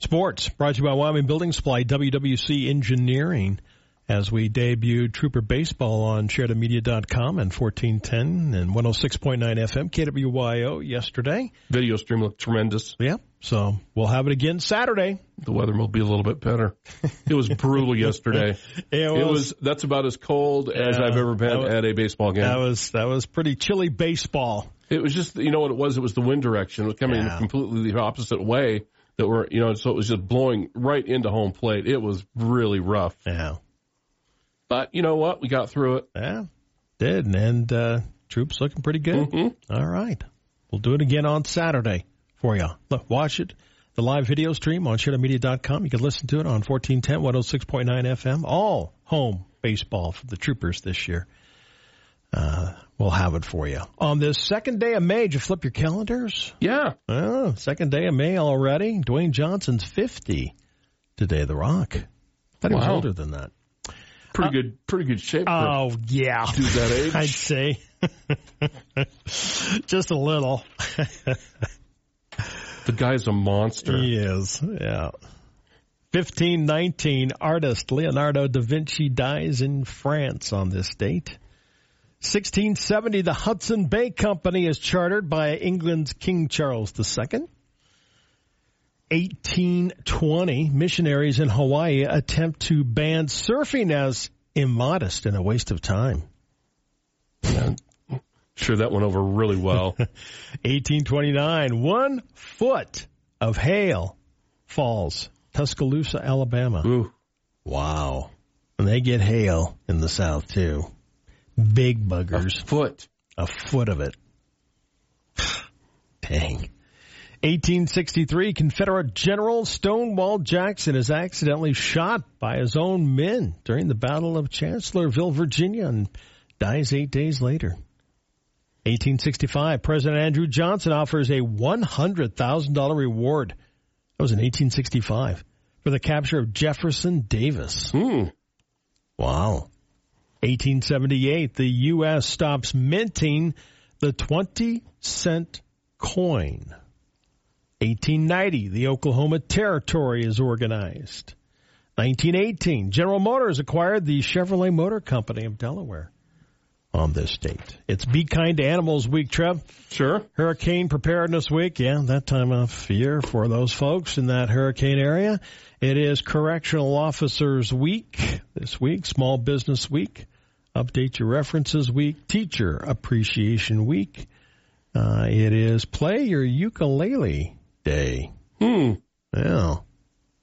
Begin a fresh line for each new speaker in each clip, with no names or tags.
Sports brought to you by Wyoming Building Supply, WWC Engineering, as we debut Trooper Baseball on sharedmedia.com and 1410 and 106.9 FM KWYO yesterday.
Video stream looked tremendous.
Yeah, so we'll have it again Saturday.
The weather will be a little bit better. It was brutal yesterday.
Yeah,
It was that's about as cold as
Yeah,
I've ever
that
been
was-
at a baseball game.
that was that was pretty chilly baseball.
It was just, you know what it was? It was the wind direction. It was coming
Yeah.
completely the opposite way that were, you know, so it was just blowing right into home plate. It was really rough.
Yeah,
But you know what? We got through it.
yeah, did and uh, troops looking pretty good.
Mhm.
All right, we'll do it again on Saturday for you. Look, watch it. The live video stream on sharedmedia.com. You can listen to it on 1410 106.9 FM. All home baseball for the Troopers this year. Uh, we'll have it for you. On this second day of May, did you flip your calendars?
Yeah.
Oh, second day of May already. Dwayne Johnson's 50 today, The Rock. thought he was
Wow.
older than that. Uh,
Pretty good, pretty good shape. for
Oh, yeah.
a dude that age.
I'd say. Just a little.
the guy's a monster.
He is, yeah. 1519, artist Leonardo da Vinci dies in France on this date. 1670, the Hudson Bay Company is chartered by England's King Charles II. 1820, missionaries in Hawaii attempt to ban surfing as immodest and a waste of time.
Sure, that went over really well.
1829, one foot of hail falls, Tuscaloosa, Alabama.
Ooh.
Wow. And they get hail in the South too. Big buggers.
Foot.
A foot of it. Dang. 1863, Confederate General Stonewall Jackson is accidentally shot by his own men during the Battle of Chancellorville, Virginia, and dies eight days later. 1865, President Andrew Johnson offers a $100,000 reward. That was in 1865 for the capture of Jefferson Davis.
Hmm.
Wow. 1878, the U.S. stops minting the 20 cent coin. 1890, the Oklahoma Territory is organized. 1918, General Motors acquired the Chevrolet Motor Company of Delaware on this date. It's Be Kind to Animals Week, Trev.
Sure.
Hurricane Preparedness Week. Yeah, that time of year for those folks in that hurricane area. It is Correctional Officers Week this week, Small Business Week, Update Your References Week, Teacher Appreciation Week. Uh, it is Play Your Ukulele Day.
Hmm.
Yeah.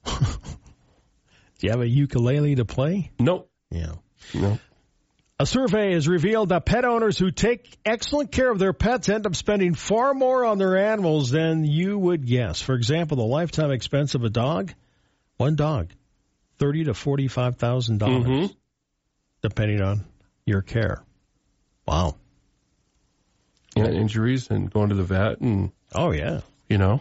Do you have a ukulele to play?
Nope.
Yeah. Oh,
No.
A survey has revealed that pet owners who take excellent care of their pets end up spending far more on their animals than you would guess. For example, the lifetime expense of a dog, one dog, thirty to forty-five thousand dollars,
Mhm.
depending on your care. Wow.
Yeah, injuries and going to the vet and,
Oh yeah.
you know,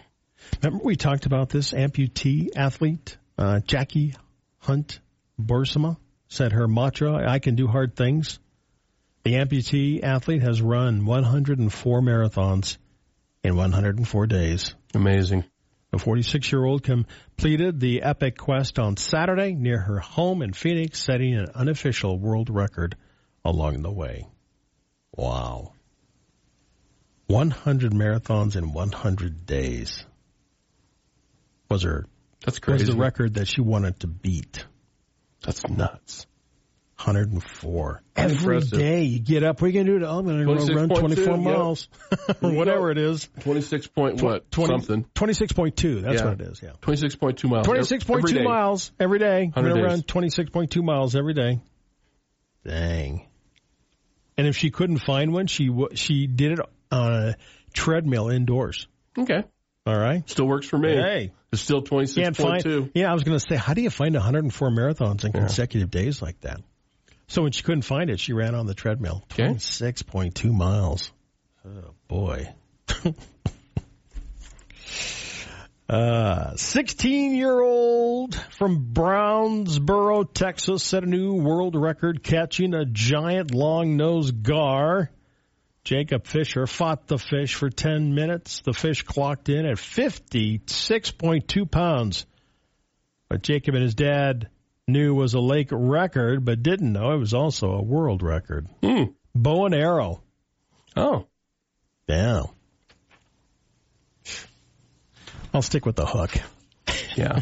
Remember we talked about this amputee athlete, uh, Jackie Hunt Bursama, said her mantra, I can do hard things. The amputee athlete has run 104 marathons in 104 days.
amazing.
The 46 year old completed the epic quest on Saturday near her home in Phoenix, setting an unofficial world record along the way. Wow. 100 marathons in 100 days was her
That's crazy.
was the record that she wanted to beat.
That's nuts.
104. Every day
Impressive.
you get up, what are you going to do? Oh, I'm going to run
26.2,
24
yep.
miles or whatever it is.
26 point what?
20
Something.
26.2. That's
Yeah.
what it is. Yeah.
26.2 miles. Every- every
26.2
day.
miles every day. I'm
100
going to
days.
run 26.2 miles every day. Dang. And if she couldn't find one, she w- she did it on a treadmill indoors.
Okay.
All right.
Still works for me.
Hey,
It's still
can't find.
26.2.
Yeah, I was going to say, how do you find 104 marathons in consecutive days like that? So when she couldn't find it, she ran on the treadmill.
Okay.
26.2 miles. Oh boy. Uh, 16 year old from Brownsboro, Texas set a new world record catching a giant long nosed gar. Jacob Fisher fought the fish for 10 minutes. The fish clocked in at 56.2 pounds But Jacob and his dad knew was a lake record, but didn't know it was also a world record.
Hmm.
Bow and arrow.
Oh,
Yeah. I'll stick with the hook.
yeah. Too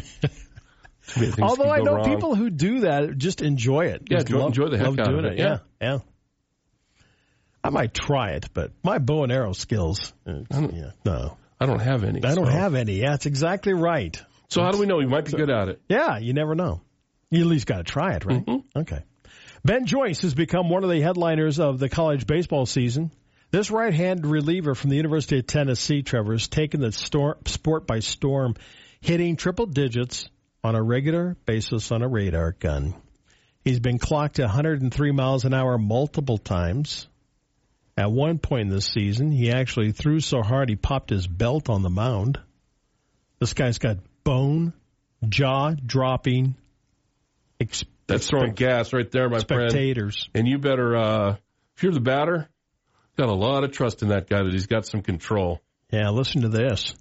many things
Although
can
I
go
know
wrong.
people who do that just enjoy it.
Yeah,
Just
enjoy-
love,
enjoy the heck
love
out of
doing
it,
Yeah, yeah. I might try it, but my bow and arrow skills, uh,
don't-
yeah, no,
I don't have any.
I don't
so.
have any. Yeah, that's exactly right.
So how do we know you might be good at it?
Yeah, you never know. You at least got to try it, right? Okay. Ben Joyce has become one of the headliners of the college baseball season. This right hand reliever from the University of Tennessee, Trevor, has taken the stor- sport by storm, hitting triple digits on a regular basis on a radar gun. He's been clocked at 103 miles an hour multiple times. At one point in this season, he actually threw so hard he popped his belt on the mound. This guy's got bone jaw dropping ex-
That's throwing gas right there, my friend.
spectators.
And you better, uh, if you're the batter, got a lot of trust in that guy that he's got some control.
Yeah, listen to this.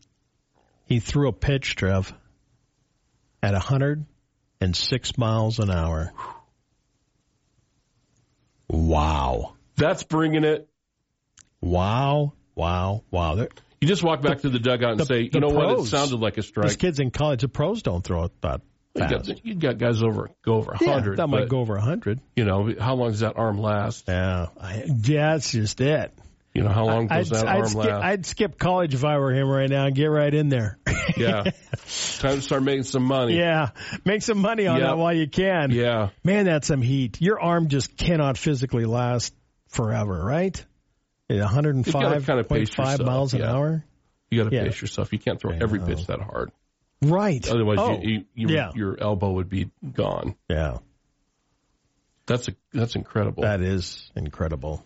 He threw a pitch, Trev, at 106 miles an hour. Wow.
That's bringing it.
Wow. Wow. Wow. There-
You just walk back to the dugout and
the-
say,
the
you know what? It
pros.
sounded like a strike.
These kids in college, the pros don't throw it that
You got,
fast.
you got guys over go over
Yeah,
100.
that might
but,
go over 100.
You know, how long does that arm last?
Yeah. I, yeah, that's just it.
You know, how long does that arm
skip,
last?
I'd skip college if I were him right now and get right in there.
yeah. Time to start making some money.
yeah. Make some money on
Yeah.
that while you can.
Yeah.
Man, that's some heat. Your arm just cannot physically last forever, right?
You gotta kinda pace
105.5
yourself,
miles an
yeah.
hour.
You got to
Yeah.
pace yourself. You can't throw every
know.
pitch that hard.
Right.
Otherwise,
Oh,
you, you, you,
yeah.
your elbow would be gone.
yeah.
That's a, that's incredible.
That is incredible.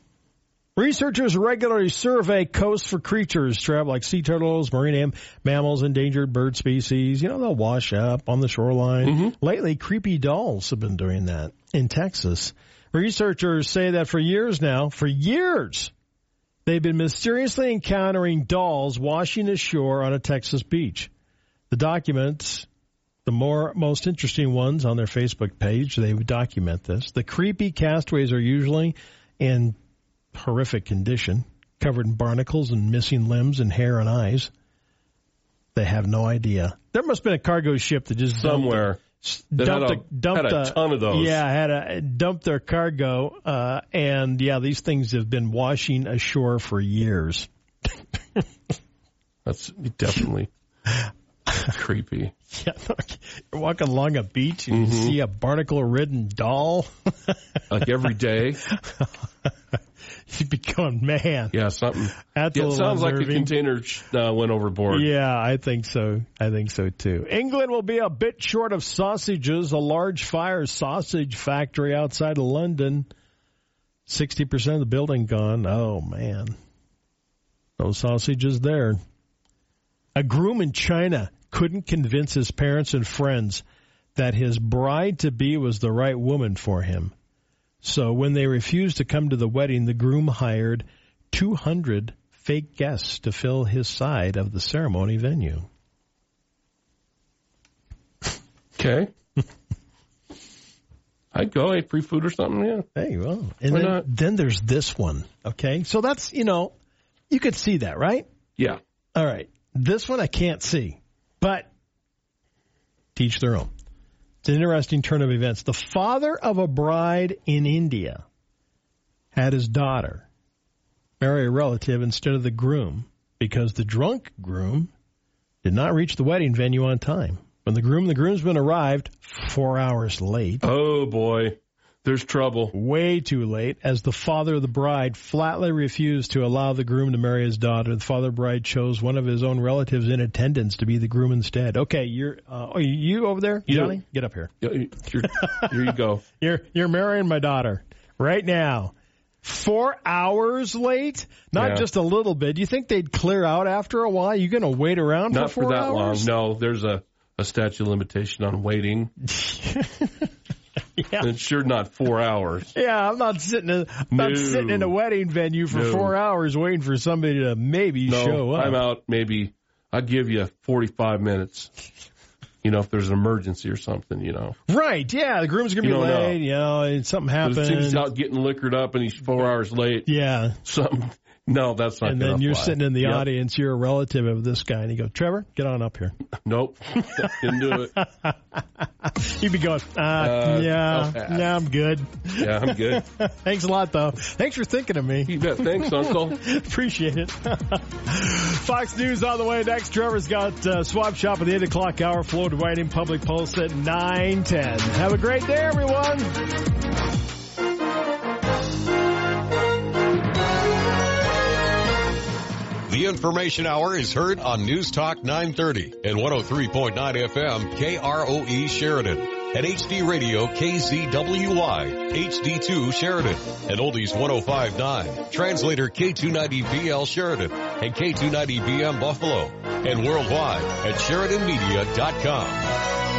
Researchers regularly survey coasts for creatures, Trev, like sea turtles, marine am- mammals, endangered bird species. You know, they'll wash up on the shoreline. Lately, creepy dolls have been doing that in Texas. Researchers say that for years now, for years, they've been mysteriously encountering dolls washing ashore on a Texas beach. The documents the more most interesting ones on their Facebook page. They document this. The creepy castaways are usually in horrific condition, covered in barnacles and missing limbs and hair and eyes. They have no idea. There must have been a cargo ship that just dumped-
Somewhere. that had
dumped,
a-
a, dumped
had a ton of those.
Yeah, had a dumped their cargo, uh, and yeah, these things have been washing ashore for years.
That's definitely creepy.
Yeah, you're walking along a beach and
Mm-hmm.
you see a barnacle-ridden doll.
Like every day.
You'd be going, man.
Yeah, something.
That's
Yeah,
a
it
little
sounds like a
unnerving.
container uh, went overboard.
Yeah, I think so. I think so too. England will be a bit short of sausages. A large fire sausage factory outside of London. 60% of the building gone. Oh, man. No sausages there. A groom in China couldn't convince his parents and friends that his bride to be was the right woman for him. So when they refused to come to the wedding, the groom hired 200 fake guests to fill his side of the ceremony venue.
Okay. I'd go eat free food or something. Yeah.
Hey, well, and
Why
then,
not?
then there's this one. Okay, so that's you know, you could see that, right?
Yeah.
All right, this one I can't see, but teach their own. It's an interesting turn of events. The father of a bride in India had his daughter marry a relative instead of the groom because the drunk groom did not reach the wedding venue on time. When the groom and the groomsmen arrived, four hours late,
Oh boy. There's trouble.
way too late as the father of the bride flatly refused to allow the groom to marry his daughter. The father of the bride chose one of his own relatives in attendance to be the groom instead. Okay, you're uh, are you over there,
You.
Johnny? Get up here.
Yeah, you- Here, here you go.
You're you're marrying my daughter right now. 4 hours late? Not
Yeah.
just a little bit. You think they'd clear out after a while? You going to wait around
Not
for
for
4
that
hours?
long. No, there's a, a statute limitation on waiting.
Yeah.
And it's sure not four hours.
Yeah, I'm not sitting in, I'm not
No.
sitting in a wedding venue for
No.
4 hours waiting for somebody to maybe
No,
show up.
I'm out maybe. I give you 45 minutes. You know, if there's an emergency or something, you know.
Right. Yeah. The groom's going to
You
be
don't know.
late. You know, and something
If
happened.
He's out getting liquored up and he's four hours late.
Yeah.
Something. No, that's not
And
gonna
then you're
fly.
sitting in the
Yep.
audience. You're a relative of this guy, and you go, Trevor, get on up here.
Nope. Didn't do it.
You'd be going, uh,
Uh,
yeah,
okay.
yeah, I'm good.
Yeah, I'm good.
Thanks a lot, though. Thanks for thinking of me.
You bet. Thanks, Uncle.
Appreciate it. Fox News on the way next. Trevor's got uh, Swap Shop at the 8 o'clock hour. Floyd White in Public Pulse at 9.10. Have a great day, everyone.
The Information Hour is heard on News Talk 930 and 103.9 FM KROE E Sheridan. And HD Radio KZWY, HD2 Sheridan, and Oldies 1059, Translator K290BL Sheridan, and K290BM Buffalo, and worldwide at SheridanMedia.com.